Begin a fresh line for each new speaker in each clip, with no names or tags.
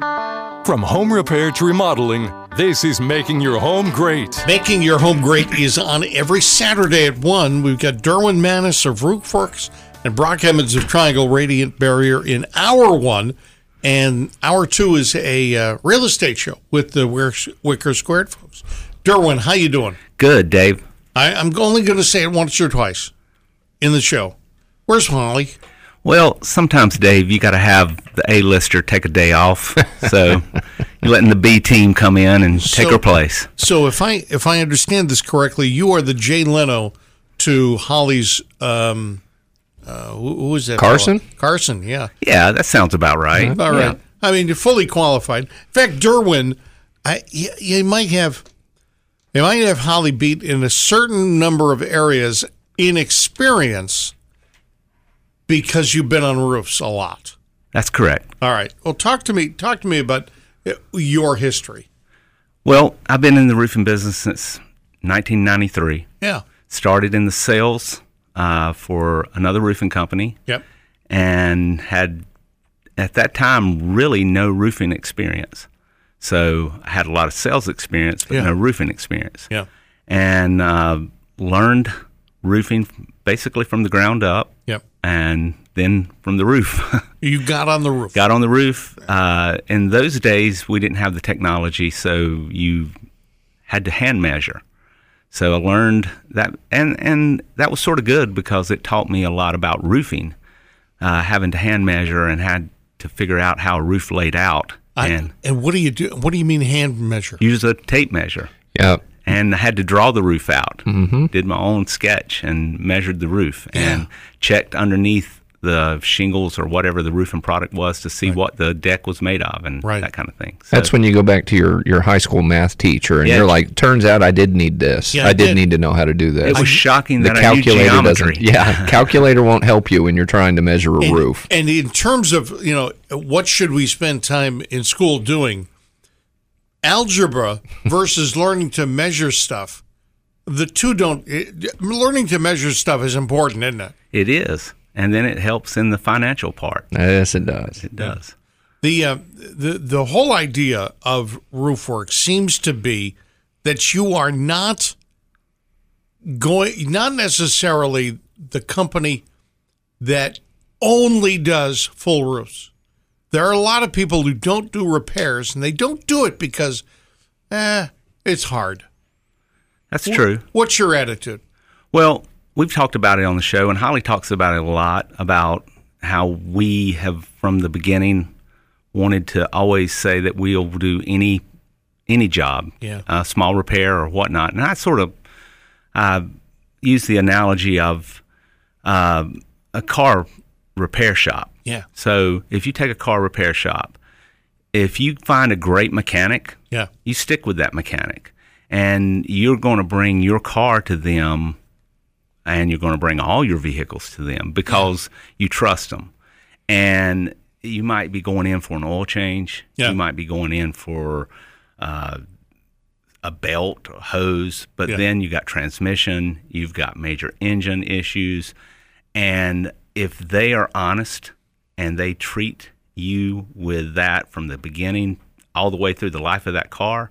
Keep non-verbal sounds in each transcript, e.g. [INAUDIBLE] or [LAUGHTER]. From home repair to remodeling, this is making your home great.
Making Your Home Great is on every Saturday at 1. We've got Derwin Manis of Root Forks and Brock Emmons of Triangle Radiant Barrier in hour 1. And hour 2 is a uh, real estate show with the Wicker- Wicker Squared folks. Derwin, how you doing?
Good, Dave.
I, I'm only going to say it once or twice in the show. Where's Holly?
Well, sometimes, Dave, you got to have the A-lister take a
[LAUGHS]
day off. So you're letting the B team come in and take
So-
her place.
So if I if I understand this correctly, you are the Jay Leno to Holly's. Um, uh, who, who is that? fella?
Carson?
Carson, yeah.
Yeah, that sounds about right.
All right. I mean, you're fully qualified. In fact, Derwin, I you, you might have they might have Holly beat in a certain number of areas in experience because you've been on roofs a lot.
That's correct.
All right. Well, talk to me. Talk to me about uh, your history.
Well, I've been in the roofing business since 1993.
Yeah.
Started in the sales uh, for another roofing company
Yep.
and had, at that time, really no roofing experience. So I had a lot of sales experience, but
Yeah.
no roofing experience.
Yeah.
and uh, learned roofing basically from the ground up
Yep.
and then from the roof. [LAUGHS]
You got on the roof.
Got on the roof. Uh, in those days, we didn't have the technology, so you had to hand measure. So I learned that, and, and that was sort of good because it taught me a lot about roofing, uh, having to hand measure and had to figure out how a roof laid out.
I-
and
and what do you do? What do you mean hand measure?
use a tape measure.
Yeah.
and I had to draw the roof out. Mm-hmm. Did my own sketch and measured the roof and checked underneath the shingles or whatever the roofing product was to see what the deck was made of and
Right.
that kind of thing. So,
That's when you go back to your, your high school math teacher and
Yeah.
you're like, turns out I did need this.
Yeah, I
I did
did.
need to know how to do this.
it was shocking
the
that I knew
calculator
geometry. [LAUGHS]
doesn't. [LAUGHS] Yeah, calculator won't help you when you're trying to measure a
And-
roof.
And in terms of you know what should we spend time in school doing? Algebra
[LAUGHS]
versus learning to measure stuff. The two don't. It, learning to measure stuff is important, isn't it?
It is. And then it helps in the financial part.
Yes, it does.
It does.
The uh, the the whole idea of roof work seems to be that you are not going not necessarily the company that only does full roofs. There are a lot of people who don't do repairs and they don't do it because eh, it's hard.
That's true.
What's your attitude?
Well, we've talked about it on the show, and Holly talks about it a lot about how we have, from the beginning, wanted to always say that we'll do any any job,
Yeah.
uh, small repair or whatnot. And I sort of uh, use the analogy of uh, a car repair shop.
Yeah.
So if you take a car repair shop, if you find a great mechanic,
Yeah.
you stick with that mechanic and you're going to bring your car to them and you're going to bring all your vehicles to them because you trust them and you might be going in for an oil change
Yeah.
you might be going in for uh, a belt a hose but
Yeah.
then you got transmission you've got major engine issues and if they are honest and they treat you with that from the beginning all the way through the life of that car,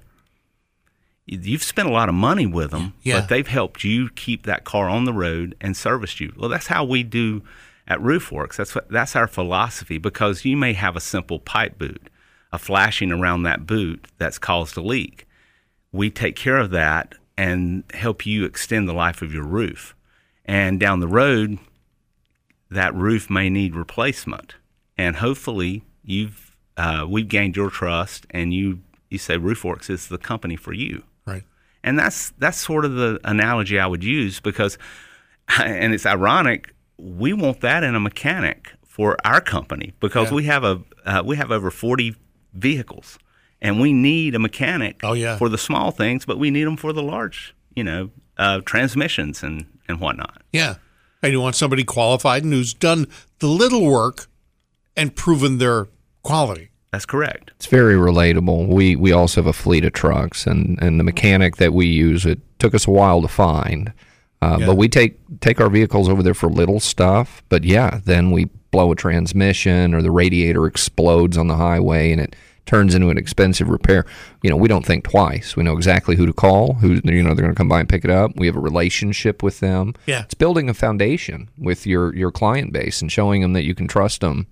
you've spent a lot of money with them,
Yeah.
but they've helped you keep that car on the road and serviced you. Well, that's how we do at Roofworks. That's what, that's our philosophy because you may have a simple pipe boot, a flashing around that boot that's caused a leak. We take care of that and help you extend the life of your roof. And down the road, that roof may need replacement. And hopefully, you've uh, we've gained your trust, and you you say RoofWorks is the company for you.
Right.
And that's that's sort of the analogy I would use because, [LAUGHS] and it's ironic, we want that in a mechanic for our company because we have a uh, we have over forty vehicles, and we need a mechanic
Oh, yeah.
for the small things, but we need them for the large, you know, uh, transmissions and and whatnot.
Yeah. And you want somebody qualified and who's done the little work and proven their quality.
That's correct.
It's very relatable. We we also have a fleet of trucks, and, and the mechanic that we use it took us a while to find, uh, but we take take our vehicles over there for little stuff. But yeah, then we blow a transmission or the radiator explodes on the highway, and it turns into an expensive repair. You know, we don't think twice. We know exactly who to call, who you know they're going to come by and pick it up. We have a relationship with them.
Yeah.
It's building a foundation with your your client base and showing them that you can trust them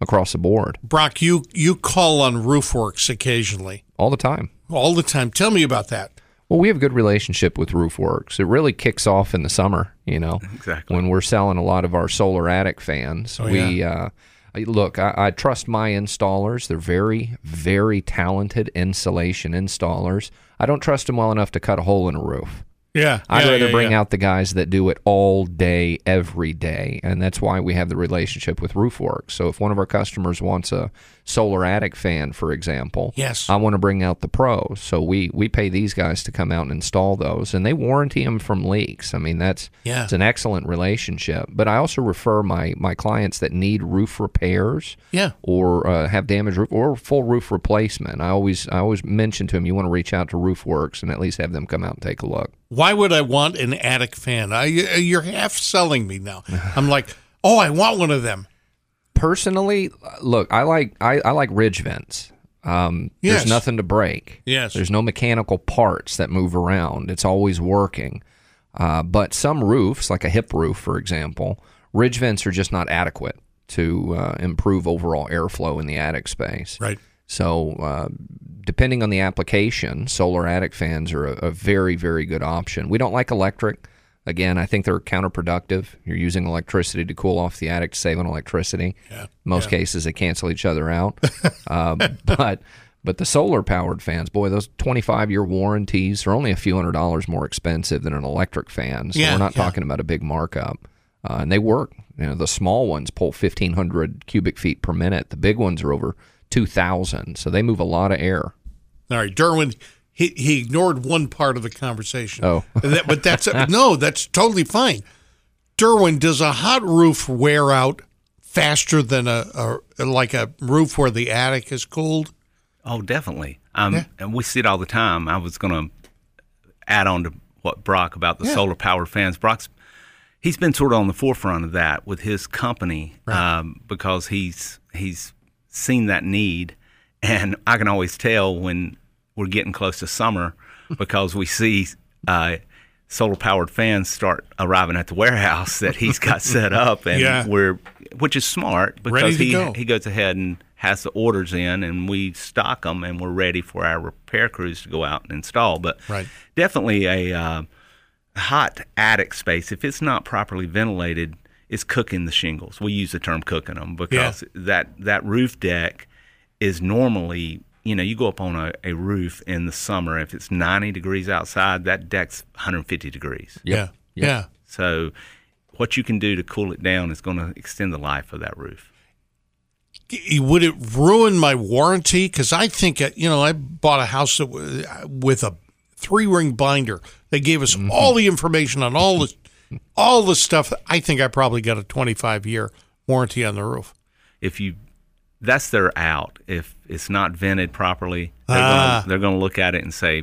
across the board
Brock, you you call on Roofworks occasionally,
all the time.
all the time. Tell me about that.
Well, we have a good relationship with Roofworks. It really kicks off in the summer, you know,
Exactly.
when we're selling a lot of our solar attic fans.
Oh,
we uh, I- look. I, I trust my installers. They're very, very talented insulation installers. I don't trust them well enough to cut a hole in a roof.
Yeah,
I'd
yeah,
rather
yeah,
bring
yeah.
out the guys that do it all day, every day, and that's why we have the relationship with Roofworks. So if one of our customers wants a solar attic fan, for example,
Yes.
I want to bring out the pros. So we we pay these guys to come out and install those, and they warranty them from leaks. I mean, that's
Yeah.
it's an excellent relationship. But I also refer my my clients that need roof repairs
yeah.
or uh, have damaged roof or full roof replacement. I always I always mention to them you want to reach out to Roofworks and at least have them come out and take a look.
Why would I want an attic fan? I you're half selling me
[LAUGHS]
now. I'm like, oh, I want one of them.
personally, look, I like I, I like ridge vents. Um,
Yes.
There's nothing to break.
Yes.
There's no mechanical parts that move around. It's always working. Uh, but some roofs, like a hip roof, for example, ridge vents are just not adequate to uh, improve overall airflow in the attic space.
Right.
So, uh, depending on the application, solar attic fans are a, a very, very good option. We don't like electric. Again, I think they're counterproductive. You're using electricity to cool off the attic to save on electricity. Most cases, they cancel each other out. [LAUGHS] uh, but but the solar powered fans, boy, those 25 year warranties are only a few hundred dollars more expensive than an electric fan. So
Yeah,
we're not
yeah.
talking about a big markup. Uh, and they work. You know, the small ones pull 1,500 cubic feet per minute. The big ones are over 2,000. So they move a lot of air.
All right, Derwin, he, he ignored one part of the conversation.
Oh.
[LAUGHS] That- but that's no, that's totally fine. Derwin, does a hot roof wear out faster than a, a like a roof where the attic is cooled?
Oh, definitely. Um, And we see it all the time. I was going to add on to what Brock about the solar powered fans. Brock's he's been sort of on the forefront of that with his company um, because he's he's seen that need, and I can always tell when we're getting close
[LAUGHS]
to summer because we see. Uh, Solar powered fans start arriving at the warehouse that he's got set up, and
Yeah.
we're which is smart because
Ready to
he
go.
he goes ahead and has the orders in, and we stock them, and we're ready for our repair crews to go out and install. But
Right.
definitely a uh, hot attic space, if it's not properly ventilated, is cooking the shingles. We use the term cooking them because that that roof deck is normally you know you go up on a, a roof in the summer if it's 90 degrees outside that deck's 150 degrees
Yeah. Yeah.
so what you can do to cool it down is going to extend the life of that roof
G- Would it ruin my warranty? Because I think uh, you know I bought a house that w- with a three ring binder. They gave us all the information on all the all the stuff. I think I probably got a twenty five year warranty on the roof.
if you that's their out if it's not vented properly they're
Ah.
gonna, they're going to look at it and say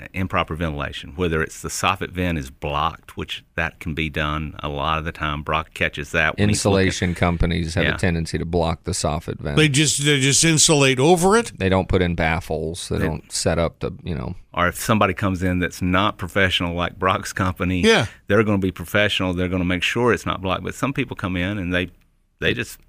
uh, improper ventilation whether it's the soffit vent is blocked which that can be done a lot of the time brock catches that when he's looking.
Insulation companies have
Yeah.
a tendency to block the soffit vent.
They
They,
just they just insulate over it.
don't put in baffles. They, don't set up the, you know,
or if somebody comes in that's not professional like brock's company
Yeah.
they're going to be professional they're going to make sure it's not blocked but some people come in and they they just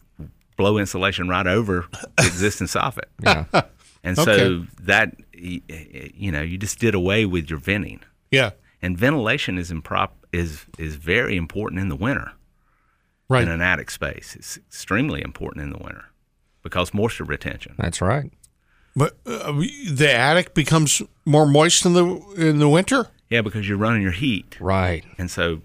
blow insulation right over the existing soffit
yeah.
[LAUGHS] and
Okay.
so that y- y- you know you just did away with your venting
Yeah.
and ventilation is improp is is very important in the winter
Right.
in an attic space. It's extremely important in the winter because moisture retention.
That's right.
But uh, the attic becomes more moist in the in the winter.
Yeah, because you're running your heat,
Right.
and so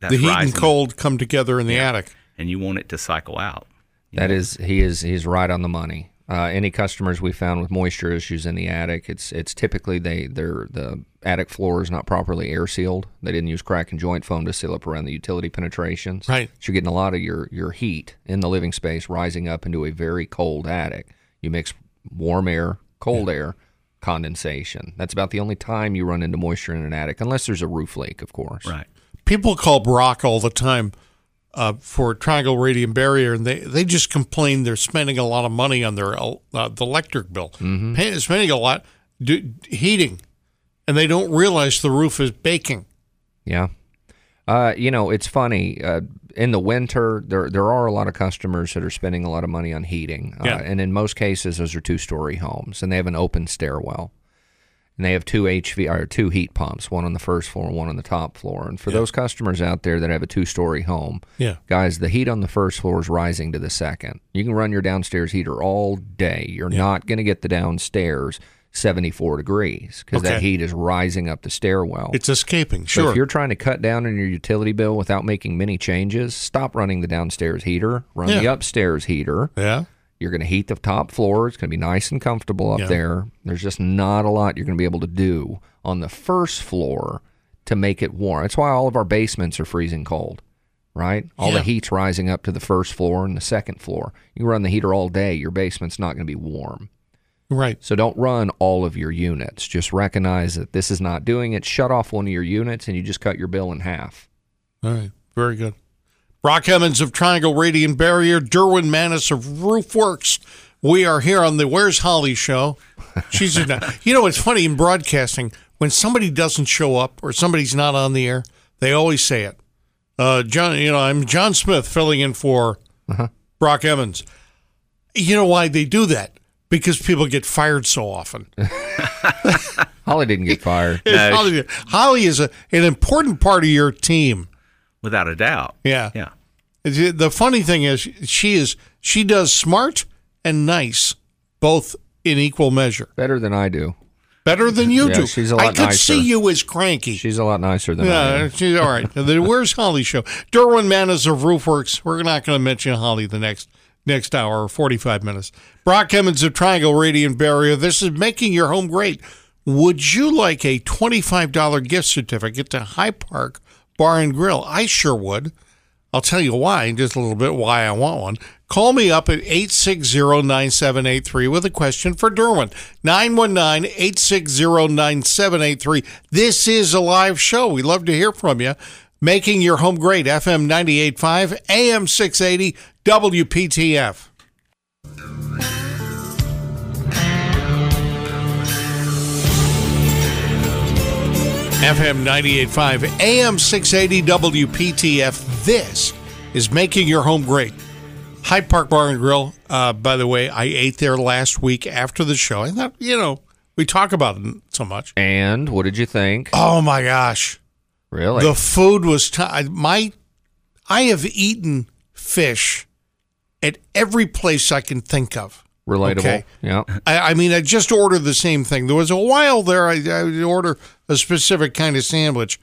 that's
The heat and
rising,
cold come together in the attic.
and you want it to cycle out.
That is, he is he's right on the money. Uh, any customers we found with moisture issues in the attic, it's it's typically they they're the attic floor is not properly air sealed. They didn't use crack and joint foam to seal up around the utility penetrations.
Right.
So you're getting a lot of your your heat in the living space rising up into a very cold attic. You mix warm air, cold air, condensation. That's about the only time you run into moisture in an attic, unless there's a roof leak, of course.
Right.
People call Brock all the time. uh, for Triangle Radiant Barrier, and they, they just complain they're spending a lot of money on their el- uh, the electric bill,
Mm-hmm.
Pay, spending a lot do, heating, and they don't realize the roof is baking.
Yeah. Uh, you know, it's funny. Uh, in the winter, there there are a lot of customers that are spending a lot of money on heating, uh,
Yeah.
and in most cases, those are two story homes, and they have an open stairwell, and they have two HV or two heat pumps, one on the first floor and one on the top floor. And for those customers out there that have a two story home,
Yeah.
guys, the heat on the first floor is rising to the second. You can run your downstairs heater all day. You're not going to get the downstairs 74 degrees because that
Okay.
heat is rising up the stairwell.
It's escaping.
So
Sure.
if you're trying to cut down on your utility bill without making many changes, stop running the downstairs heater, run the
Yeah.
upstairs heater.
yeah.
You're going to heat the top floor. It's going to be nice and comfortable up
Yeah.
there. There's just not a lot you're going to be able to do on the first floor to make it warm. That's why all of our basements are freezing cold, right? All the
Yeah.
heat's rising up to the first floor and the second floor. You run the heater all day, your basement's not going to be warm.
Right.
So don't run all of your units. Just recognize that this is not doing it. Shut off one of your units and you just cut your bill in half.
All right. Very good. Brock Emmons of Triangle Radiant Barrier, Derwin Manis of Roofworks. We are here on the Where's Holly show. She's a, [LAUGHS] you know, it's funny in broadcasting when somebody doesn't show up or somebody's not on the air, they always say it. Uh, John, you know, I'm John Smith filling in for Brock Emmons. You know why they do that? Because people get fired so often.
Holly didn't get
[LAUGHS]
fired.
Holly, Holly is a, an important part of your team.
without a doubt.
Yeah.
Yeah.
The the funny thing is, she is she does smart and nice both in equal measure.
Better than I do.
Better than you
Yeah,
do.
she's a
I
lot
could
nicer.
see you as cranky.
She's a lot nicer than I
yeah,
am.
she's all right. the Where's Holly show? Derwin Manis of Roofworks. We're not going to mention Holly the next next hour or 45 minutes. Brock Emmons of Triangle Radiant Barrier. This is making your home great. Would you like a $25 gift certificate to High Park Bar and Grill? I sure would. I'll tell you why in just a little bit why I want one. Call me up at 860-9783 with a question for Derwin. 919-860-9783. This is a live show. We love to hear from you. Making your home great. FM 985 AM 680 WPTF. FM 98.5, AM 680, WPTF. This is Making Your Home Great. Hyde Park Bar and Grill, uh, by the way, I ate there last week after the show. I thought, you know, we talk about it so much.
And what did you think?
Oh my gosh.
Really?
the food was t- I- my I have eaten fish at every place I can think of.
Relatable.
okay.
Yeah.
I, I mean, I just ordered the same thing. There was a while there I, I would order a specific kind of sandwich,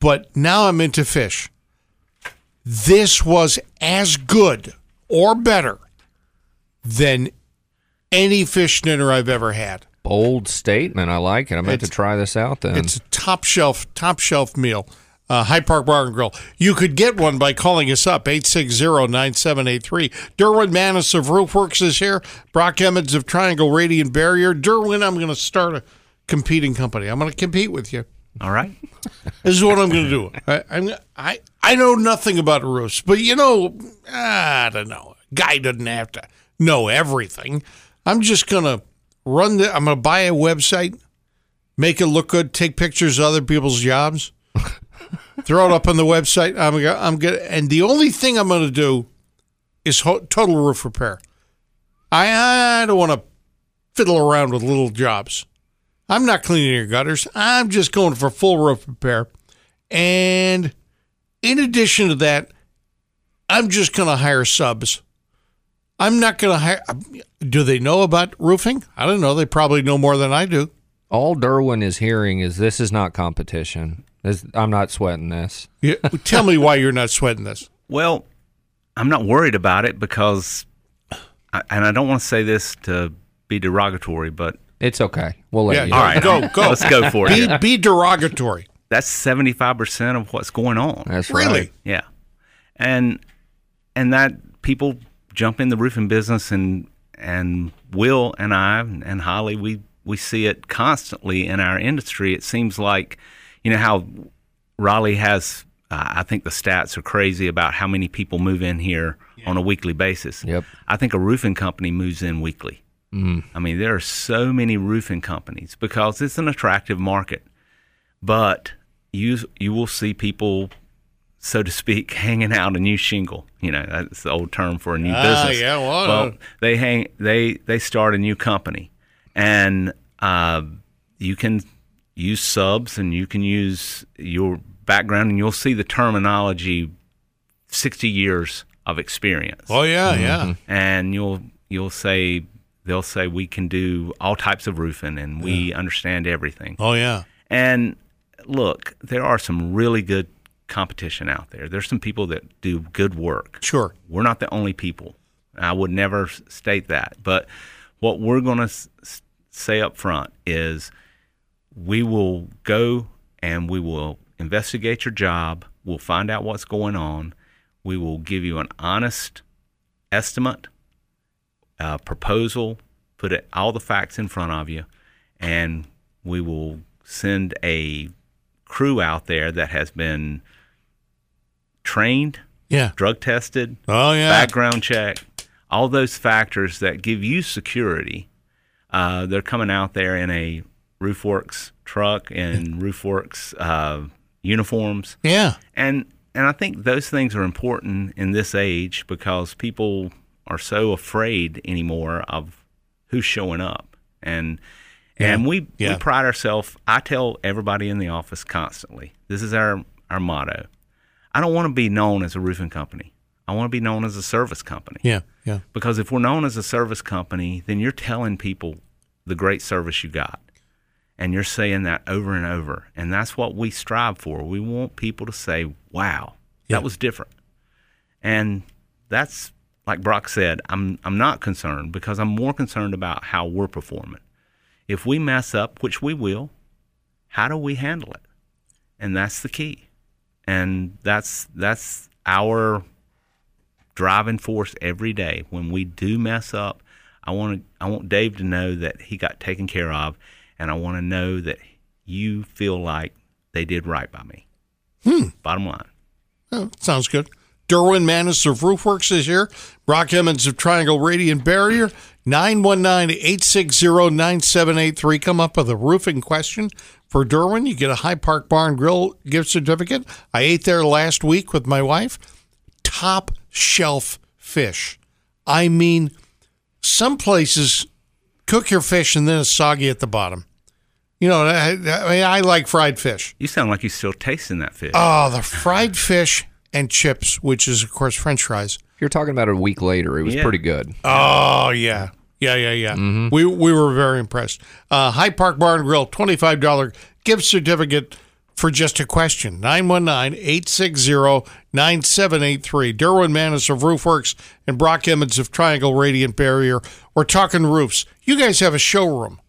but now I'm into fish. This was as good or better than any fish dinner I've ever had.
Bold statement. I like it. I'm about to
It's-
try this out then.
It's a top shelf, top shelf meal. Uh, High Park Bar and Grill. You could get one by calling us up, 860-9783. Derwin Manis of Roofworks is here. Brock Emmons of Triangle Radiant Barrier. Derwin, I'm going to start a competing company. I'm going to compete with you.
All right.
This is what I'm going to do. I, I'm, I, I know nothing about roofs, but you know, I don't know. Guy doesn't have to know everything. I'm just going to run the, I'm going to buy a website, make it look good, take pictures of other people's jobs, [LAUGHS] throw it up on the website. I'm going to, I'm going to, and the only thing I'm going to do is ho- total roof repair. I, I don't want to fiddle around with little jobs. I'm not cleaning your gutters. I'm just going for full roof repair. And in addition to that, I'm just going to hire subs. I'm not going to hire. um, Do they know about roofing? I don't know. They probably know more than I do.
All Derwin is hearing is this is not competition. This, I'm not sweating this.
You- [LAUGHS] Tell me why you're not sweating this.
Well, I'm not worried about it because, I, and I don't want to say this to be derogatory, but
It's okay. We'll let
Yeah, uh,
you.
all
all [LAUGHS] right,
go, go.
Let's go for it.
Be,
here.
be derogatory.
That's 75% of what's going on.
That's
really?
right.
Yeah, and and that people jump in the roofing business, and and Will and I and Holly, we we see it constantly in our industry. It seems like, you know how Raleigh has Uh, I think the stats are crazy about how many people move in here on a weekly basis.
Yep.
I think a roofing company moves in weekly. Mm. I mean, there are so many roofing companies because it's an attractive market, but you you will see people, so to speak, [LAUGHS] hanging out a new shingle. You know, that's the old term for a new
Ah,
business.
yeah, well, uh,
well, they hang they they start a new company, and uh, you can use subs and you can use your background, and you'll see the terminology, sixty years of experience
Oh yeah, yeah.
Mm-hmm. and you'll you'll say they'll say we can do all types of roofing and we understand everything.
Oh yeah.
And look, there are some really good competition out there. There's some people that do good work.
Sure.
We're not the only people. I would never s- state that, but what we're going to s- say up front is we will go and we will investigate your job. We'll find out what's going on. We will give you an honest estimate, a proposal, put it, all the facts in front of you, and we will send a crew out there that has been trained,
Yeah.
drug tested,
Oh yeah.
background check, all those factors that give you security. Uh, they're coming out there in a Roofworks truck and
[LAUGHS]
Roofworks uh, uniforms,
Yeah.
and and I think those things are important in this age because people are so afraid anymore of who's showing up, and and we
Yeah.
we pride ourselves. I tell everybody in the office constantly. This is our our motto. I don't want to be known as a roofing company. I want to be known as a service company.
Yeah. Yeah.
Because if we're known as a service company, then you're telling people the great service you got. And you're saying that over and over. And that's what we strive for. We want people to say, wow,
Yeah.
that was different. And that's like Brock said, I'm I'm not concerned because I'm more concerned about how we're performing. If we mess up, which we will, how do we handle it? And that's the key. And that's that's our driving force every day. When we do mess up, I want to, I want Dave to know that he got taken care of, and I want to know that you feel like they did right by me. Bottom line,
Oh, sounds good. Derwin Manis of Roofworks is here. Brock Emmons of Triangle Radiant Barrier, 919-860-9783. Come up with a roofing question for Derwin. You get a High Park Barn Grill gift certificate. I ate there last week with my wife. Top shelf fish. I mean, some places cook your fish and then it's soggy at the bottom. You know, I, I, mean, I like fried fish.
you sound like you're still tasting that fish.
Oh, the fried fish and chips, which is of course French fries.
You're talking about a week later. It was
Yeah.
pretty good.
Oh yeah, yeah, yeah, yeah. We we were very impressed. Uh, High Park Bar and Grill, twenty five dollar gift certificate for just a question. 919-860-9783. Derwin Manis of Roofworks and Brock Emmons of Triangle Radiant Barrier. We're talking roofs. You guys have a showroom.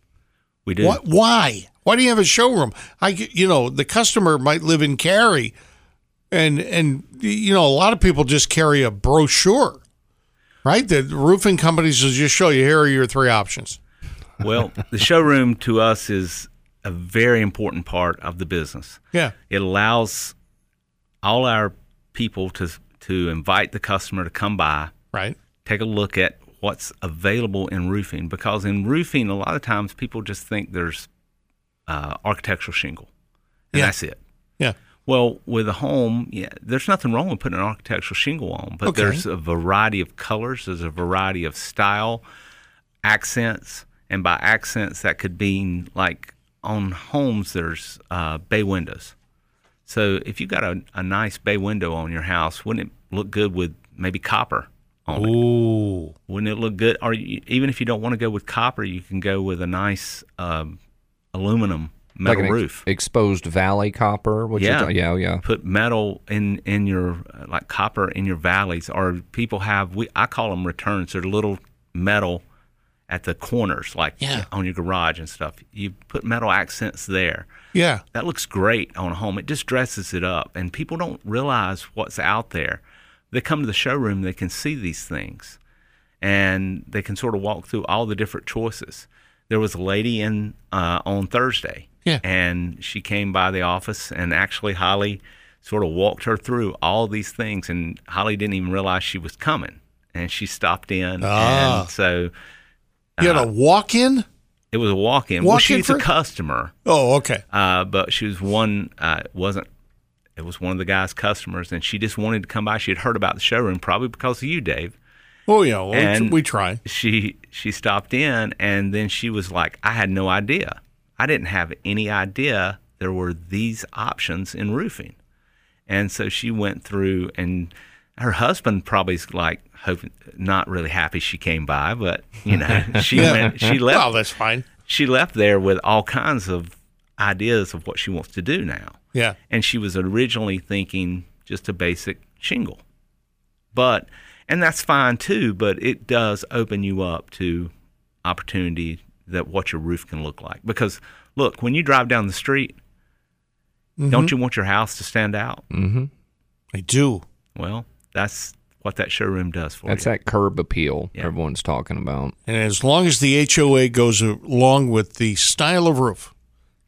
we do.
What? [LAUGHS] Why? Why do you have a showroom? I, you know, the customer might live in Cary, and and you know, a lot of people just carry a brochure, right? The roofing companies will just show you here are your three options.
Well, the showroom to us is a very important part of the business.
Yeah,
It allows all our people to to invite the customer to come by
right.
take a look at what's available in roofing because in roofing a lot of times people just think there's uh, architectural shingle and
Yeah.
that's it
Yeah,
well with a home yeah there's nothing wrong with putting an architectural shingle on but
Okay.
there's a variety of colors there's a variety of style accents and by accents that could mean like on homes there's uh, bay windows so if you got a, a nice bay window on your house wouldn't it look good with maybe copper on it
ooh,
wouldn't it look good? Or you, even if you don't want to go with copper, you can go with a nice um, aluminum metal
like an ex-
roof.
exposed valley copper. Which
Yeah.
yeah. yeah, yeah.
Put metal in in your uh, like copper in your valleys, or people have we I call them returns. They're little metal at the corners, like
Yeah.
on your garage and stuff. You put metal accents there.
yeah,
That looks great on a home. It just dresses it up, and people don't realize what's out there. They come to the showroom, they can see these things, and they can sort of walk through all the different choices. There was a lady in uh, on Thursday,
Yeah.
and she came by the office, and actually Holly sort of walked her through all these things, and Holly didn't even realize she was coming, and she stopped in,
Ah.
and so
You had a
Uh-huh.
walk in?
it was a walk-in. Well,
Walk-in
she's a
for-
customer,
Oh, okay.
uh, but she was one. Uh, it wasn't. It was one of the guy's customers, and she just wanted to come by. She had heard about the showroom probably because of you, Dave.
Oh, yeah. Well,
And-
we try.
she she stopped in and then she was like i had no idea i didn't have any idea there were these options in roofing and so she went through and her husband probably is like hoping not really happy she came by but you know she went she left
Well, that's fine.
she left there with all kinds of ideas of what she wants to do now
Yeah.
and she was originally thinking just a basic shingle. But and that's fine too, but it does open you up to opportunity that what your roof can look like. Because look, when you drive down the street, don't you want your house to stand out?
Mm-hmm.
I do.
Well, that's what that showroom does for
That's
you.
that curb appeal
Yeah.
everyone's talking about.
And as long as the HOA goes along with the style of roof,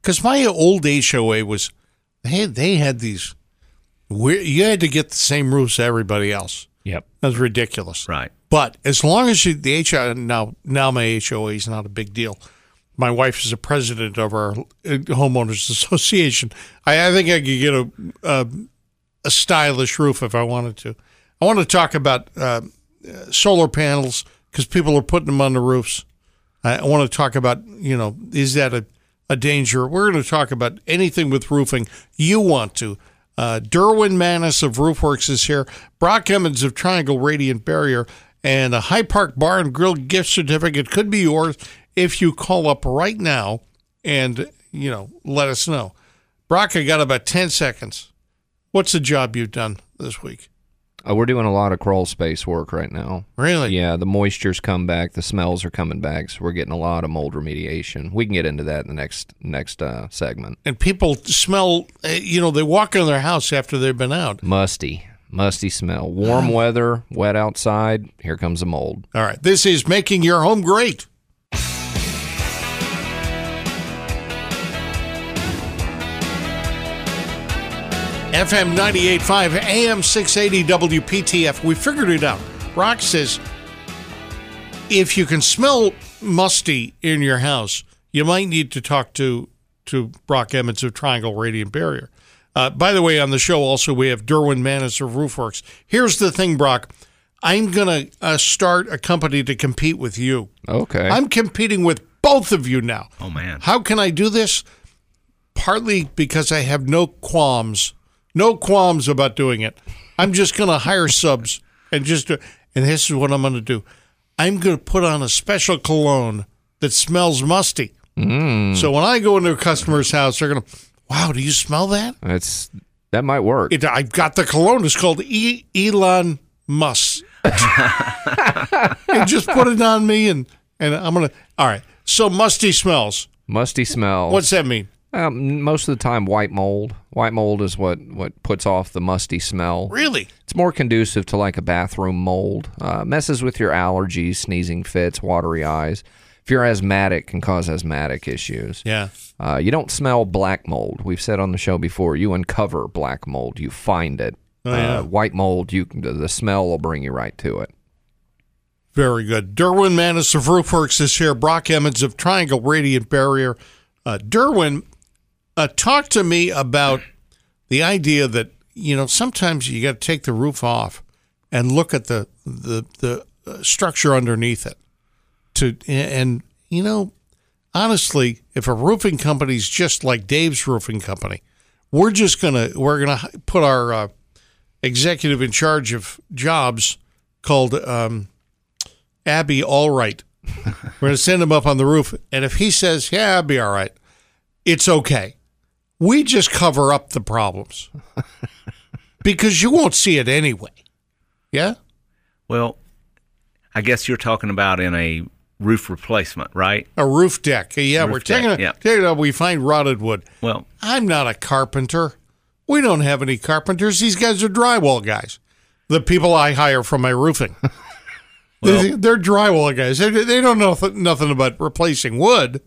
because my old HOA was, they, they had these, weir- you had to get the same roofs everybody else.
Yep.
That was ridiculous.
right.
But as long as you, the HOA, now, now my HOA is not a big deal. My wife is the president of our uh, homeowners [LAUGHS] association. I, I think I could get a, a, a stylish roof if I wanted to. I want to talk about uh, uh, solar panels because people are putting them on the roofs. I, I want to talk about, you know, is that a, a danger? We're going to talk about anything with roofing you want to. Uh, Derwin Manis of Roofworks is here, Brock Emmons of Triangle Radiant Barrier, and a High Park Bar and Grill gift certificate could be yours if you call up right now and, you know, let us know. Brock, I got about 10 seconds. What's the job you've done this week?
Uh, we're doing a lot of crawl space work right now.
Really?
yeah, the moisture's come back, the smells are coming back, so we're getting a lot of mold remediation. We can get into that in the next next uh, segment.
And people smell, eh, you know, they walk in their house after they've been out.
Musty, musty smell. Warm weather, wet outside. Here comes the mold.
All right. This is Making Your Home Great. FM 98.5, AM 680, WPTF. We figured it out. Rock says if you can smell musty in your house, you might need to talk to to Brock Emmons of Triangle Radiant Barrier. Uh, by the way, on the show also we have Derwin Manis of Roofworks. Here's the thing, Brock. I'm gonna uh, start a company to compete with you.
Okay.
I'm competing with both of you now.
Oh man.
How can I do this? Partly because I have no qualms, no qualms about doing it. I'm just going to hire subs and just do. And this is what I'm going to do. I'm going to put on a special cologne that smells musty. So when I go into a customer's house, they're going to, wow, do you smell that?
That's that might work.
It, I've got the cologne. It's called e- Elon Musk. and just put it on me, and and I'm gonna. All right. So musty smells.
musty smell.
What's that mean?
um, most of the time white mold. White mold is what what puts off the musty smell.
Really?
It's more conducive to like a bathroom mold. Uh, messes with your allergies, sneezing fits, watery eyes. If you're asthmatic, can cause asthmatic issues.
Yeah.
Uh, you don't smell black mold. We've said on the show before, you uncover black mold, you find it.
Oh,
uh, white mold, you the, the smell will bring you right to it.
Very good. Derwin Manis of Roofworks is here. Brock Emmons of Triangle Radiant Barrier. Uh, Derwin, uh, talk to me about the idea that you know sometimes you got to take the roof off and look at the the the uh, structure underneath it. To and you know honestly, if a roofing company's just like Dave's roofing company, we're just gonna we're gonna h- put our uh, executive in charge of jobs called um, Abby
[LAUGHS]
Allright. We're gonna send him up on the roof, and if he says, "Yeah, I'll be all right," it's okay. We just cover up the
[LAUGHS]
problems because you won't see it anyway. Yeah,
Well, I guess you're talking about in a roof replacement, right?
a roof deck. Yeah,
Roof
we're
deck,
taking it.
yeah.
taking it up, We find rotted wood.
Well,
I'm not a carpenter. We don't have any carpenters. These guys are drywall guys. The people I hire from my
[LAUGHS]
roofing. They-
well,
They're drywall guys. They, they don't know th- nothing about replacing wood.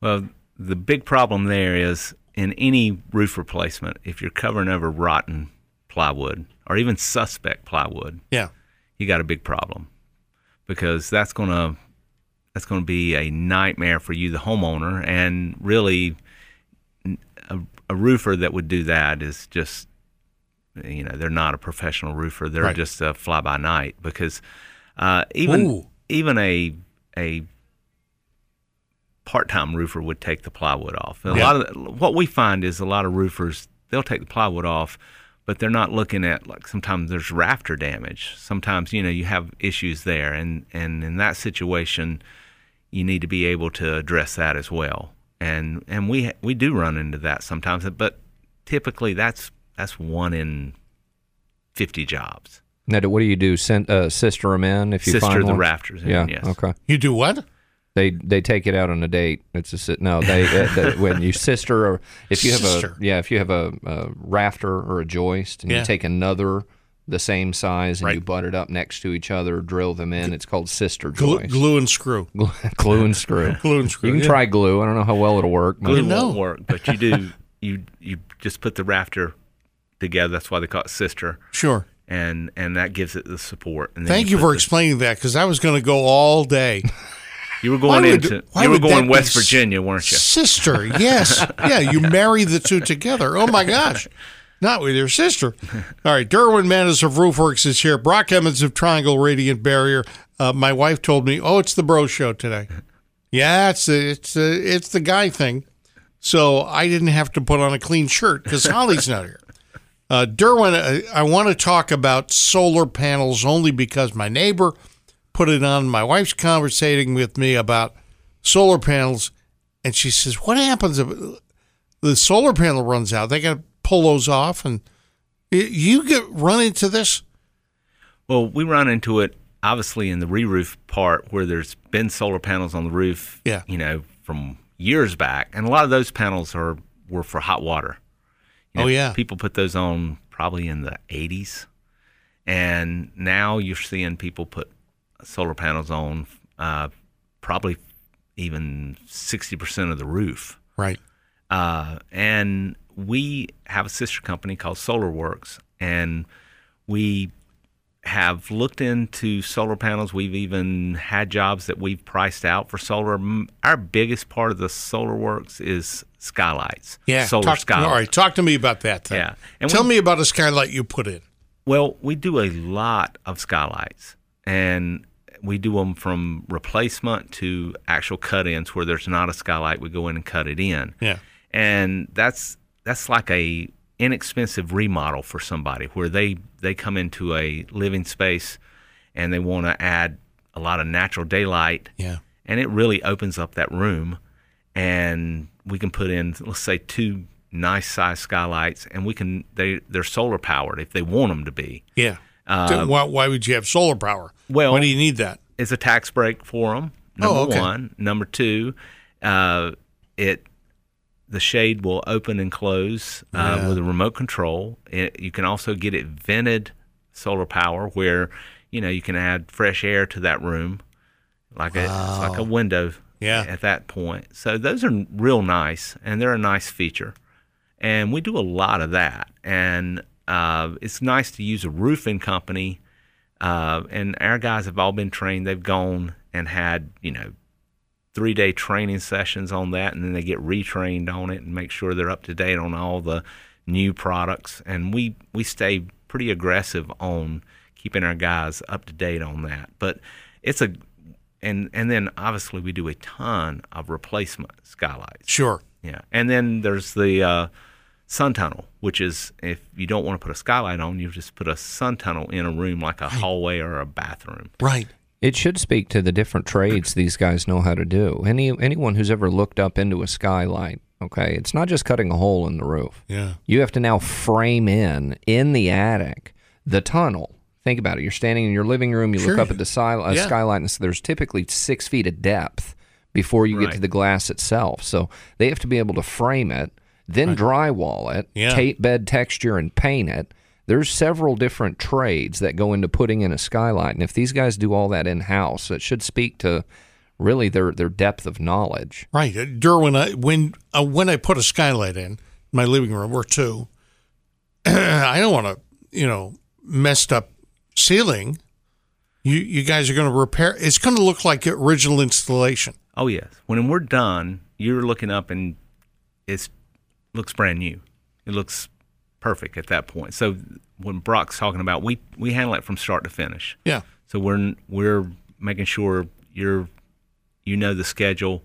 well, the big problem there is in any roof replacement, if you're covering over rotten plywood or even suspect plywood,
Yeah.
you got a big problem because that's gonna that's gonna be a nightmare for you, the homeowner, and really n- a, a roofer that would do that is just you know they're not a professional roofer; they're
Right.
just a fly by night because uh, even
Ooh.
even a a part-time roofer would take the plywood off. A
Yeah.
lot of the- what we find is a lot of roofers they'll take the plywood off, but they're not looking at like sometimes there's rafter damage. Sometimes you know you have issues there, and and in that situation, you need to be able to address that as well. And and we we do run into that sometimes, but typically that's that's one in fifty jobs.
Now, do- what do you do? Send, uh, sister them in if you
Sister
find
the
one?
rafters in,
Yeah.
yes.
Okay.
You do what?
They they take it out on a date. It's a sit. No, they, uh, they- when you sister or if you have
Sister.
a yeah if you have a, a rafter or a joist and
Yeah.
you take another the same size and you
Right.
butt it up next to each other, drill them in. It's called sister
Glue,
joist.
glue and screw.
[LAUGHS] glue and screw.
[LAUGHS] Glue and screw.
You can
yeah.
try glue. I don't know how well it'll work. but-
glue
No.
won't work, but you do you you just put the rafter together. That's why they call it sister,
Sure.
and and that gives it the support. And then
Thank you
put
for
the-
explaining that because I was going to go all day.
You were going
Why would-
into
why
you were
would that
going
be s-
West Virginia, weren't you?
Sister,
[LAUGHS]
yes. Yeah, you marry the two together. Oh my gosh. Not with your sister. All right, Derwin Manis of Roofworks is here. Brock Emmons of Triangle Radiant Barrier. Uh, my wife told me, "Oh, it's the bro show today." Yeah, it's the, it's the, it's the guy thing. So I didn't have to put on a clean shirt because Holly's not here. Uh, Derwin, I, I want to talk about solar panels only because my neighbor put it on. My wife's conversating with me about solar panels, and she says, "What happens if the solar panel runs out? They got to pull those off." And y- you get run into this.
Well, we run into it obviously in the re-roof part where there's been solar panels on the roof.
Yeah.
you know from years back, and a lot of those panels are were for hot water. You
Oh, yeah.
people put those on probably in the '80s, and now you're seeing people put solar panels on uh, probably even 60% of the roof.
Right.
Uh, and we have a sister company called SolarWorks, and we have looked into solar panels. We've even had jobs that we've priced out for solar. M- Our biggest part of the SolarWorks is skylights.
Yeah.
solar
talk,
skylights.
All right. Talk to me about that. Thing.
Yeah. And
Tell
we-
me about a skylight you put in.
Well, we do a lot of skylights, and we do them from replacement to actual cut-ins where there's not a skylight. We go in and cut it in.
Yeah.
and that's that's like a inexpensive remodel for somebody where they they come into a living space and they want to add a lot of natural daylight
Yeah.
and it really opens up that room and we can put in let's say two nice sized skylights and we can they they're solar powered if they want them to be
Yeah. why, why would you have solar power?
well-
why do you need that?
it's a tax break for them. Number
Oh, okay.
one. Number two, uh, it the shade will open and close uh, with a remote control. It, you can also get it vented solar power, where you know you can add fresh air to that room, like a it's like a window.
Yeah.
At that point, so those are real nice, and they're a nice feature, and we do a lot of that. And uh, it's nice to use a roofing company uh, and our guys have all been trained. They've gone and had you know three day training sessions on that, and then they get retrained on it and make sure they're up to date on all the new products. And we we stay pretty aggressive on keeping our guys up to date on that. But it's a and and then obviously we do a ton of replacement skylights.
Sure.
Yeah, and then there's the uh, sun tunnel, which is if you don't want to put a skylight on, you just put a sun tunnel in a room like a hallway or a bathroom.
Right.
It should speak to the
[CLEARS THROAT]
different trades these guys know how to do. Any anyone who's ever looked up into a skylight, okay, it's not just cutting a hole in the roof.
Yeah.
You have to now frame in in the attic the tunnel. Think about it. You're standing in your living room. You
Sure.
look up at the sil- uh,
Yeah.
skylight, and so there's typically six feet of depth before you get to
Right.
the glass itself. So they have to be able to frame it, then drywall it,
Yeah.
tape bed texture, and paint it. There's several different trades that go into putting in a skylight, and if these guys do all that in house, it should speak to really their their depth of knowledge.
Right, Uh, Derwin. I, when uh, when I put a skylight in my living room or two, [CLEARS THROAT] I don't want to, you know, messed up ceiling. You you guys are going to repair. It's going to look like original installation.
Oh yes. When we're done, you're looking up and it's looks brand new. It looks perfect at that point. So when Brock's talking about we we handle it from start to finish.
Yeah,
So we're we're making sure you're you know the schedule.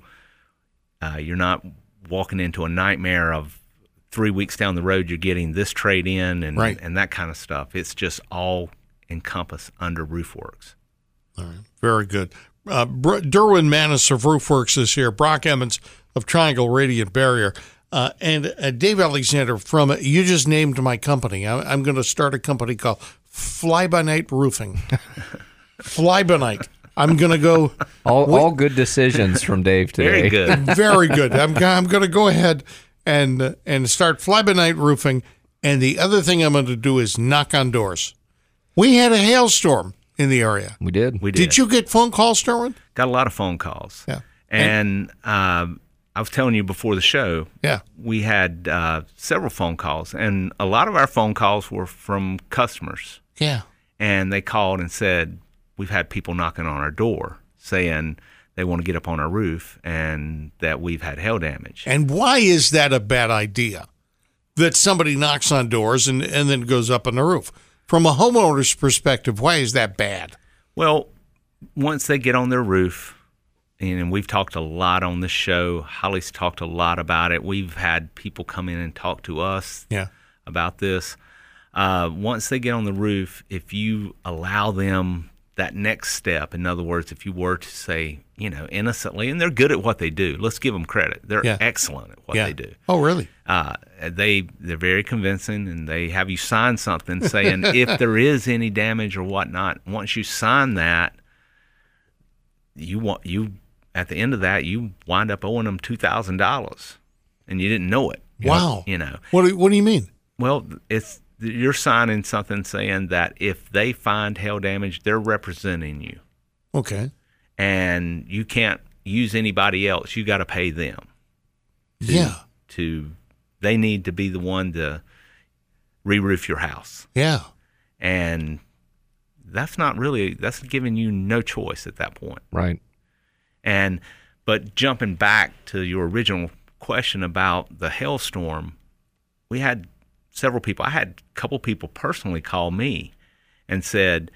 Uh, you're not walking into a nightmare of three weeks down the road. You're getting this trade in and
Right.
and that kind of stuff. It's just all encompassed under RoofWorks.
very good. Uh, Br- Derwin Manis of Roofworks is here. Brock Emmons of Triangle Radiant Barrier. Uh, and uh, Dave Alexander from you just named my company. I, I'm going to start a company called Fly by Night Roofing. [LAUGHS] Fly by night. I'm going to go
All, all good decisions from Dave today.
[LAUGHS]
Very good.
Very good. I'm go- I'm going to go ahead and and start fly by night roofing. And the other thing I'm going to do is knock on doors. We had a hailstorm in the area.
We did.
We did.
Did you get phone calls, Derwin?
got a lot of phone calls.
Yeah.
And, um, I was telling you before the show,
Yeah.
we had uh, several phone calls, and a lot of our phone calls were from customers.
Yeah.
And they called and said, We've had people knocking on our door saying they want to get up on our roof and that we've had hail damage.
And why is that a bad idea? That somebody knocks on doors and, and then goes up on the roof. From a homeowner's perspective, why is that bad?
Well, once they get on their roof, and we've talked a lot on this show, Holly's talked a lot about it. We've had people come in and talk to us
Yeah.
about this. Uh, once they get on the roof, if you allow them that next step, in other words, if you were to say, you know, innocently, and they're good at what they do, let's give them credit. They're
Yeah.
excellent at what
yeah.
they do.
Oh, really?
Uh, they they're very convincing, and they have you sign something saying if there is any damage or whatnot. Once you sign that, you want you at the end of that you wind up owing them two thousand dollars, and you didn't know it.
Wow.
You know,
What do, what do you mean?
well, it's you're signing something saying that if they find hail damage, they're representing you,
Okay.
and you can't use anybody else. You got to pay them
Yeah.
to. They need to be the one to re-roof your house,
Yeah.
and that's not really that's giving you no choice at that point.
Right.
And but jumping back to your original question about the hailstorm, we had several people. I had a couple people personally call me and said,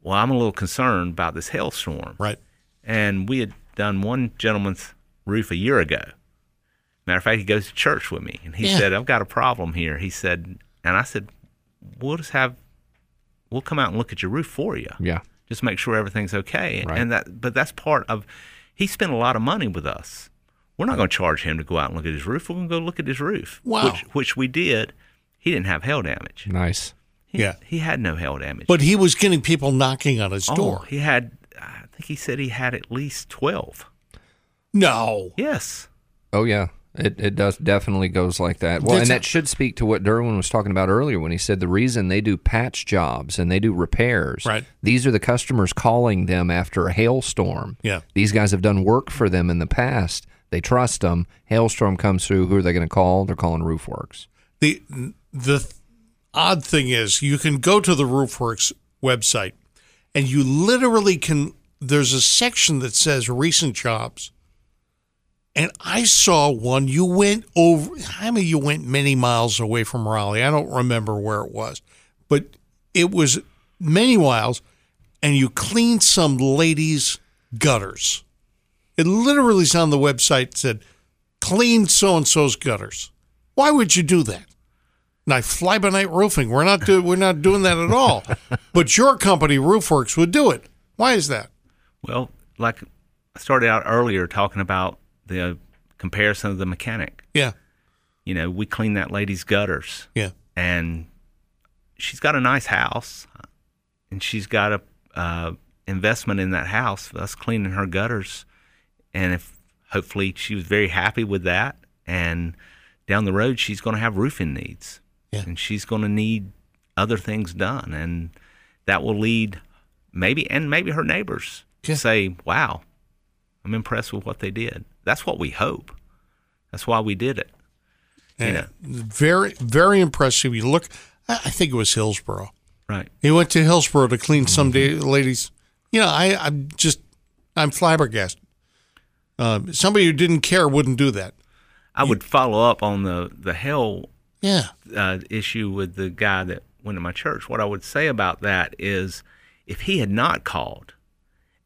"Well, I'm a little concerned about this hailstorm."
Right.
And we had done one gentleman's roof a year ago. Matter of fact, he goes to church with me, and he
Yeah.
said, "I've got a problem here." He said, and I said, "We'll just have, we'll come out and look at your roof for you."
Yeah.
just make sure everything's okay.
Right.
And that, but that's part of. He spent a lot of money with us. We're not going to charge him to go out and look at his roof. We're going to go look at his roof,
Wow.
which, which we did. He didn't have hail damage.
Nice.
He,
Yeah.
he had no hail damage.
But he was getting people knocking on his
Oh,
door.
he had. I think he said he had at least twelve.
No.
Yes,
Oh yeah. It, it does definitely goes like that. Well,
That's-
and that should speak to what Derwin was talking about earlier when he said the reason they do patch jobs and they do repairs.
Right.
These are the customers calling them after a hailstorm.
Yeah.
These guys have done work for them in the past. They trust them. Hailstorm comes through. Who are they going to call? They're calling Roofworks.
the the th- odd thing is you can go to the roofworks website and you literally can there's a section that says recent jobs and i saw one you went over i mean you went many miles away from raleigh i don't remember where it was but it was many miles and you cleaned some lady's gutters it literally is on the website said clean so and so's gutters why would you do that? Now, fly by night roofing. We're not do, we're not doing that at all. but your company, RoofWorks, would do it. Why is that?
Well, like I started out earlier talking about the comparison of the mechanic.
Yeah,
You know, we clean that lady's gutters.
yeah,
and she's got a nice house and she's got a uh, investment in that house us cleaning her gutters and if hopefully she was very happy with that and down the road she's going to have roofing needs
Yeah.
and she's going to need other things done and that will lead maybe and maybe her neighbors to
Yeah.
say wow I'm impressed with what they did. That's what we hope. That's why we did it. You know,
Eh, Very, very impressive. You look, I I think it was Hillsborough.
right.
He went to Hillsborough to clean some day, ladies. You know, I, I'm just, I'm flabbergasted. Um, somebody who didn't care wouldn't do that.
I would follow up on the the hell
Yeah.
uh, issue with the guy that went to my church. What I would say about that is if he had not called,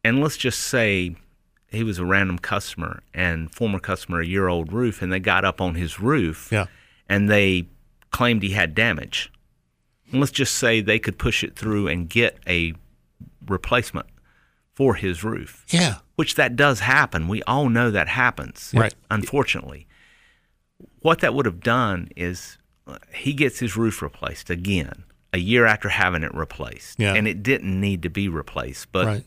and let's just say he was a random customer and former customer, a year old roof, and they got up on his roof
Yeah.
and they claimed he had damage. And let's just say they could push it through and get a replacement for his roof,
Yeah.
which that does happen. We all know that happens,
Right.
unfortunately. What that would have done is uh, he gets his roof replaced again a year after having it replaced.
Yeah.
And it didn't need to be replaced, but
right.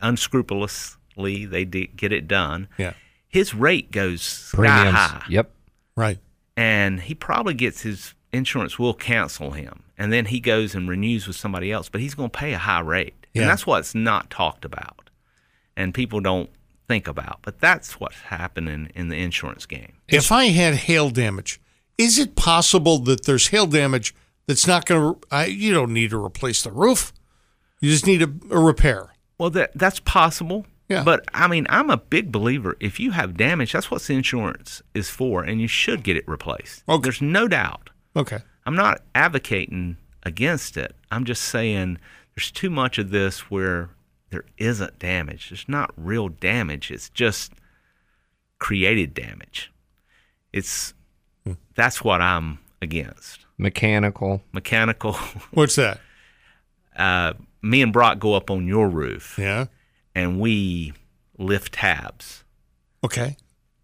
unscrupulously they did get it done.
Yeah.
His rate goes sky
Premiums.
high
Yep.
Right.
and he probably gets his insurance will cancel him and then he goes and renews with somebody else but he's going to pay a high rate
Yeah.
and that's what's not talked about and people don't think about but that's what's happening in the insurance game
If I had hail damage, is it possible that there's hail damage that's not going to? You don't need to replace the roof. You just need a, a repair.
well that that's possible
Yeah.
but i mean i'm a big believer if you have damage that's what the insurance is for and you should get it replaced
Okay.
there's no doubt
Okay.
I'm not advocating against it. I'm just saying there's too much of this where there isn't damage. There's not real damage. It's just created damage. It's
Hmm.
that's what I'm against.
Mechanical.
Mechanical. [LAUGHS]
What's that?
Uh, me and Brock go up on your roof
Yeah.
and we lift tabs
Okay.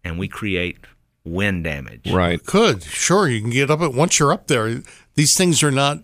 and we create wind damage.
Right.
Could sure you can get up it once you're up there. These things are not.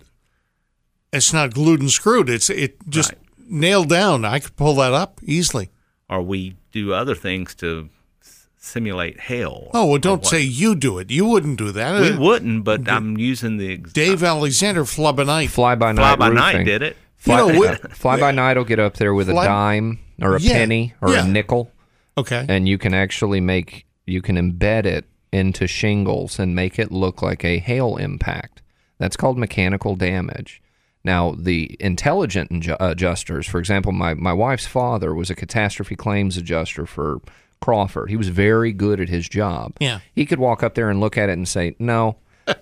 It's not glued and screwed. It's it just
Right.
nailed down. I could pull that up easily.
Or we do other things to s- simulate hail.
Oh well,
or
don't
what-
say you do it. You wouldn't do that.
we
Uh,
wouldn't, but I'm using the ex-
Dave Alexander Flubbenite.
Fly by
fly
night.
by night
roofing.
did it.
Fly,
You know, we-
fly by night will get up there with
Fly-
a dime or a
Yeah,
penny or
yeah.
a nickel,
Okay.
and you can actually make you can embed it into shingles and make it look like a hail impact. That's called mechanical damage. Now, the intelligent inju- adjusters, for example, my, my wife's father was a catastrophe claims adjuster for Crawford. He was very good at his job.
Yeah.
He could walk up there and look at it and say, No,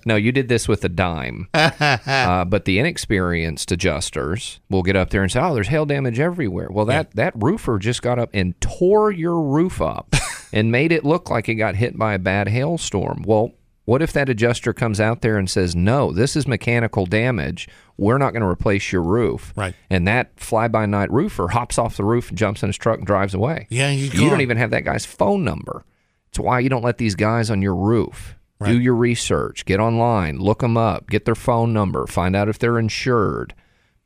no, you did this with a dime. Uh, but the inexperienced adjusters will get up there and say, "Oh, there's hail damage everywhere." Well, that that roofer just got up and tore your roof up and made it look like it got hit by a bad hailstorm. Well, what if that adjuster comes out there and says, "No, this is mechanical damage. We're not going to replace your roof."
Right.
And that fly-by-night roofer hops off the roof and jumps in his truck and drives away.
Yeah, you,
You don't even have that guy's phone number. It's why you don't let these guys on your roof. Do your research, get online, look them up, get their phone number, find out if they're insured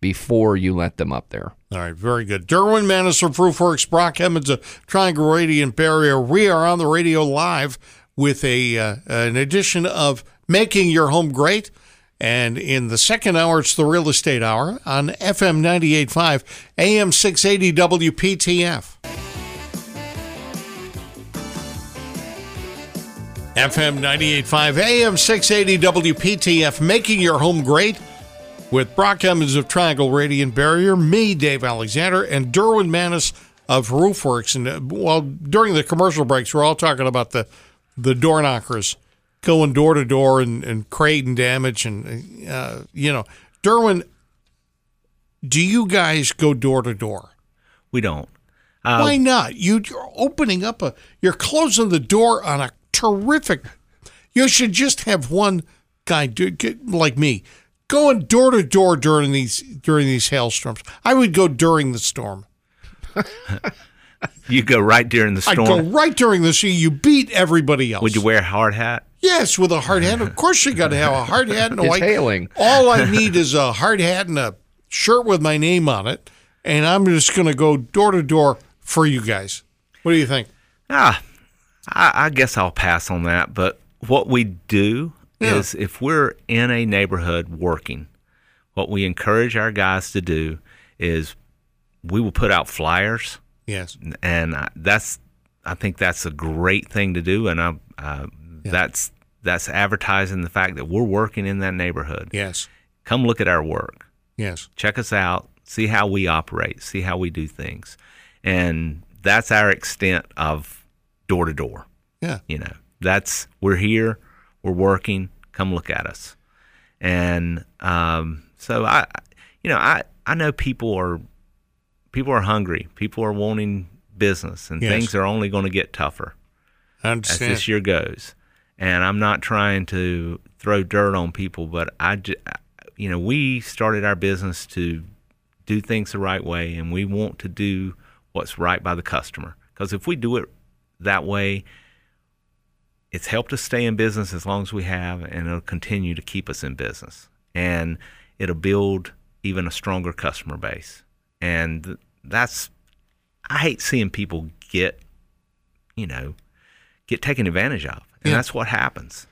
before you let them up there.
All right, very good. Derwin Manis of Proofworks, Brock Emmons of Triangle Radiant Barrier. We are on the radio live with a uh, an edition of Making Your Home Great. And in the second hour, it's the Real Estate Hour on FM 98.5, AM 680 WPTF. FM 98.5, AM 680 WPTF, Making Your Home Great with Brock Emmons of Triangle Radiant Barrier, me, Dave Alexander, and Derwin Manis of Roofworks. And uh, well, during the commercial breaks, we're all talking about the the door knockers going door to door and and creating damage. And uh, you know, Derwin, do you guys go door to door?
We don't. Uh,
Why not? You, you're opening up a, you're closing the door on a terrific. You should just have one guy do, get, like me going door to door during these during these hailstorms. I would go during the storm.
You go right during the
I'd go
storm.
right during the sea. You beat everybody else.
Would you wear a hard hat?
Yes, with a hard hat. Of course, you got to have a hard hat
[LAUGHS]
and a
It's
white.
hailing.
All I need is a hard hat and a shirt with my name on it, and I'm just going to go door to door for you guys. What do you think?
Ah, I, I guess I'll pass on that. But what we do
Yeah.
is if we're in a neighborhood working, what we encourage our guys to do is we will put out flyers
Yes.
and I, that's I think that's a great thing to do, and I uh, that's that's advertising the fact that we're working in that neighborhood.
Yes.
Come look at our work,
Yes.
check us out, see how we operate, see how we do things, and that's our extent of door to door.
Yeah.
You know, that's we're here, we're working. Come look at us, and um, so I, you know, I I know people are people are hungry, people are wanting business, and
Yes.
things are only going to get tougher
I
as
understand.
this year goes. And I'm not trying to throw dirt on people, but I, ju- you know, we started our business to do things the right way, and we want to do what's right by the customer. Because if we do it that way, it's helped us stay in business as long as we have, and it'll continue to keep us in business. And it'll build even a stronger customer base. And th- that's, I hate seeing people get, you know, get taken advantage of. And
Yeah.
that's what happens.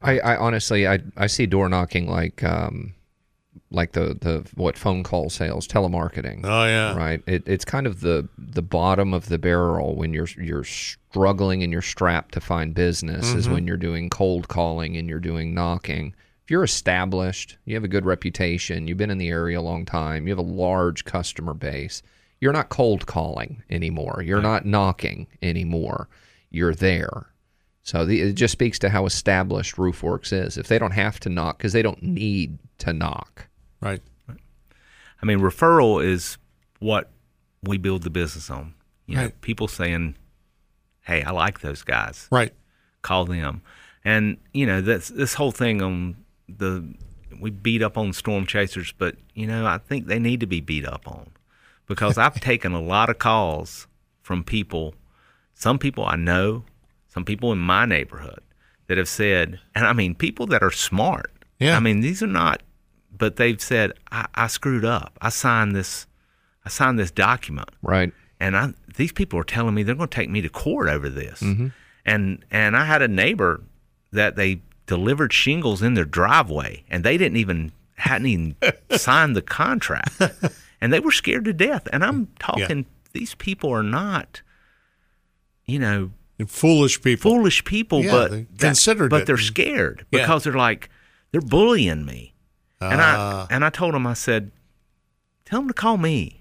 I, I honestly, I, I see door knocking like, um, like the, the what phone call sales, telemarketing.
Oh yeah.
right? It, it's kind of the the bottom of the barrel when you're you're struggling and you're strapped to find business is when you're doing cold calling and you're doing knocking. If you're established, you have a good reputation, you've been in the area a long time, you have a large customer base. You're not cold calling anymore. You're not knocking anymore. You're there. So the, it just speaks to how established Roofworks is. If they don't have to knock, because they don't need to knock.
Right.
I mean, referral is what we build the business on. You know,
Right.
people saying, "Hey, I like those guys.
Right.
Call them." And you know, this this whole thing on the we beat up on storm chasers, but you know, I think they need to be beat up on because I've taken a lot of calls from people, some people I know, some people in my neighborhood that have said, and I mean, people that are smart.
Yeah.
I mean, these are not, but they've said, I, I screwed up. I signed this, I signed this document,
Right.
and I these people are telling me they're going to take me to court over this.
Mm-hmm.
And and I had a neighbor that they delivered shingles in their driveway, and they didn't even
[LAUGHS]
hadn't even signed the contract, and they were scared to death. And I'm talking, these people are not, you know,
And foolish people.
foolish people,
Yeah,
but
they
that-
considered
but
it.
they're scared
Yeah.
because they're like they're bullying me,
Ah,
and I and I told them I said, tell them to call me.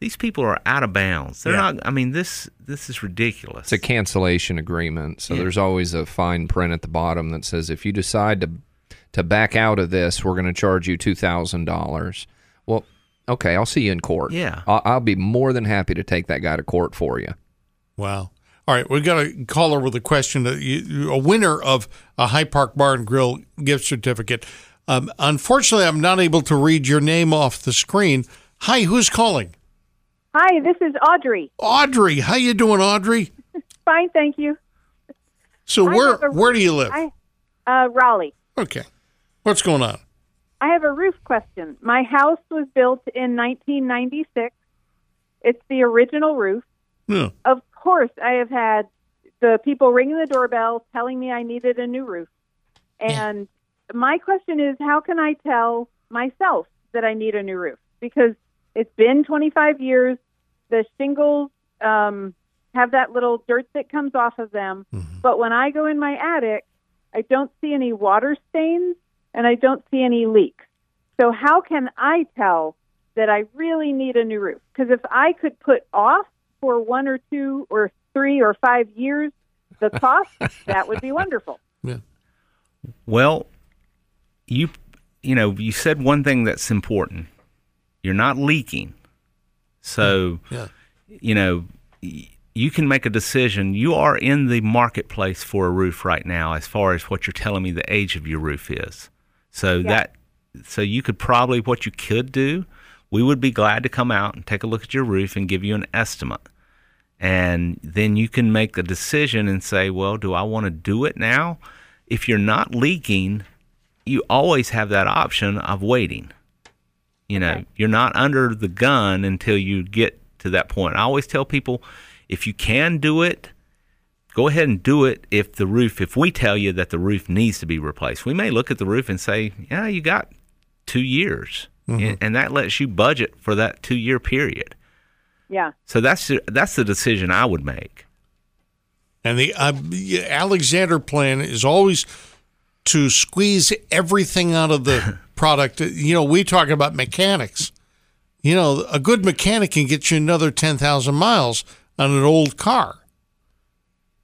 These people are out of bounds. They're
Yeah.
not. I mean this this is ridiculous.
It's a cancellation agreement, so there's always a fine print at the bottom that says if you decide to to back out of this, we're going to charge you two thousand dollars. Well, okay, I'll see you in court.
Yeah.
I'll, I'll be more than happy to take that guy to court for you.
Wow. All right, we've got a caller with a question. A- you- A winner of a High Park Bar and Grill gift certificate. Um, unfortunately, I'm not able to read your name off the screen. Hi, who's calling?
Hi, this is Audrey.
Audrey. How you doing, Audrey?
Fine, thank you.
So
I
where
have a-
where do you live?
I, uh, Raleigh.
okay. What's going on?
I have a roof question. My house was built in 1996. It's the original roof.
Yeah.
Of course, I have had the people ringing the doorbell telling me I needed a new roof. And my question is how can I tell myself that I need a new roof? Because it's been 25 years. The shingles um, have that little dirt that comes off of them. But when I go in my attic, I don't see any water stains and I don't see any leaks. So, how can I tell that I really need a new roof? Because if I could put off for one or two or three or five years the cost, that would be wonderful.
Well, you you know you said one thing that's important. You're not leaking, so
Yeah.
you know y- you can make a decision. You are in the marketplace for a roof right now, as far as what you're telling me the age of your roof is. So that so you could probably what you could do. We would be glad to come out and take a look at your roof and give you an estimate and then you can make the decision and say, well, do I want to do it now? If you're not leaking, you always have that option of waiting. You know, you're not under the gun until you get to that point. I always tell people if you can do it, go ahead and do it if the roof if we tell you that the roof needs to be replaced. We may look at the roof and say, "Yeah, you got 2 years." And- And that lets you budget for that 2-year period.
Yeah.
So that's the- that's the decision I would make.
And the uh, yeah, Alexander plan is always to squeeze everything out of the product. You know, we talk about mechanics. You know, a good mechanic can get you another 10,000 miles on an old car.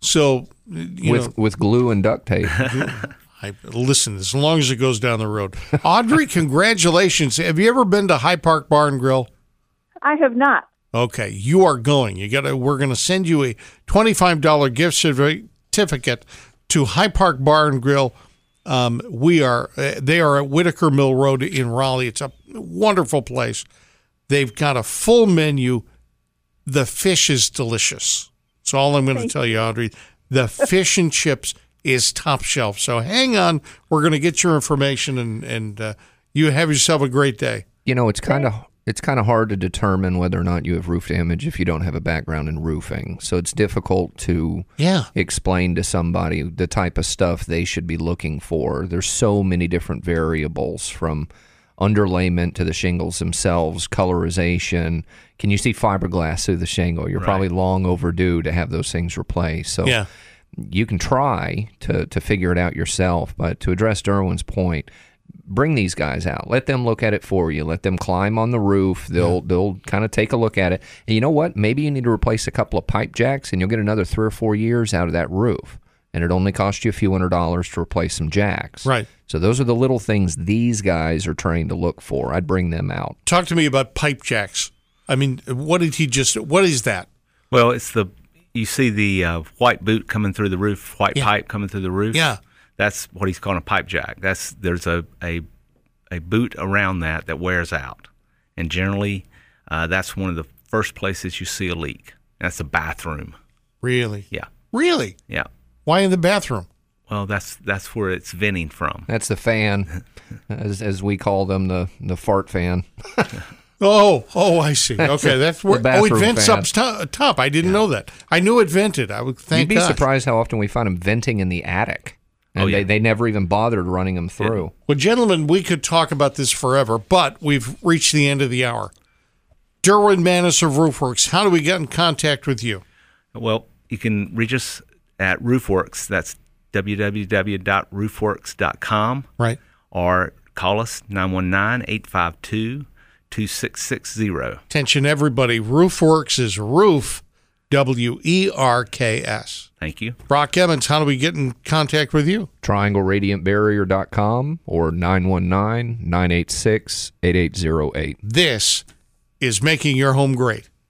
So, you
with
know,
with glue and
[LAUGHS]
duct tape.
I, listen, as long as it goes down the road. Audrey, [LAUGHS] congratulations. Have you ever been to High Park Bar and Grill?
I have not.
Okay, you are going. You got to. We're going to send you a twenty-five dollar gift certificate to High Park Bar and Grill. Um, we are. Uh, they are at Whitaker Mill Road in Raleigh. It's a wonderful place. They've got a full menu. The fish is delicious. That's all I'm going to tell you, Audrey. The fish and chips is top shelf. So hang on. We're going to get your information and and uh, you have yourself a great day.
You know, it's kind of it's kind of hard to determine whether or not you have roof damage if you don't have a background in roofing. So it's difficult to
Yeah.
explain to somebody the type of stuff they should be looking for. There's so many different variables from underlayment to the shingles themselves, colorization. Can you see fiberglass through the shingle? You're probably long overdue to have those things replaced. So
Yeah.
you can try to, to figure it out yourself, but to address Derwin's point, bring these guys out. Let them look at it for you. Let them climb on the roof. They'll they'll kind of take a look at it. And you know what? Maybe you need to replace a couple of pipe jacks and you'll get another three or four years out of that roof. And it only cost you a few hundred dollars to replace some jacks.
Right.
So those are the little things these guys are trained to look for. I'd bring them out.
Talk to me about pipe jacks. I mean, what did he just? What is that?
Well, it's the you see the uh, white boot coming through the roof, white pipe coming through the roof.
Yeah.
that's what he's calling a pipe jack. That's there's a a, a boot around that that wears out, and generally, uh, that's one of the first places you see a leak. That's the bathroom.
Really?
Yeah,
Really?
yeah.
Why in the bathroom?
Well, that's that's where it's venting from.
That's the fan, as, as we call them, the, the fart fan.
Oh, oh, I
[LAUGHS]
see. Okay, that's where. Oh, it
bathroom
vents
fan.
up top. top. I didn't know that. I knew it vented. I would thank
You'd be
God.
surprised how often we find them venting in the attic. And
Oh, yeah.
they, they never even bothered running them through.
Well, gentlemen, we could talk about this forever, but we've reached the end of the hour. Derwin Manis of Roofworks, how do we get in contact with you?
Well, you can reach us at Roofworks. That's www.roofworks.com.
Right.
or call us 919-852-2660.
Attention, everybody. Roofworks is roof, W E R K S.
Thank you.
Brock Emmons, how do we get in contact with you?
triangleradiantbarrier.com or 919 986 8808.
This is making your home great.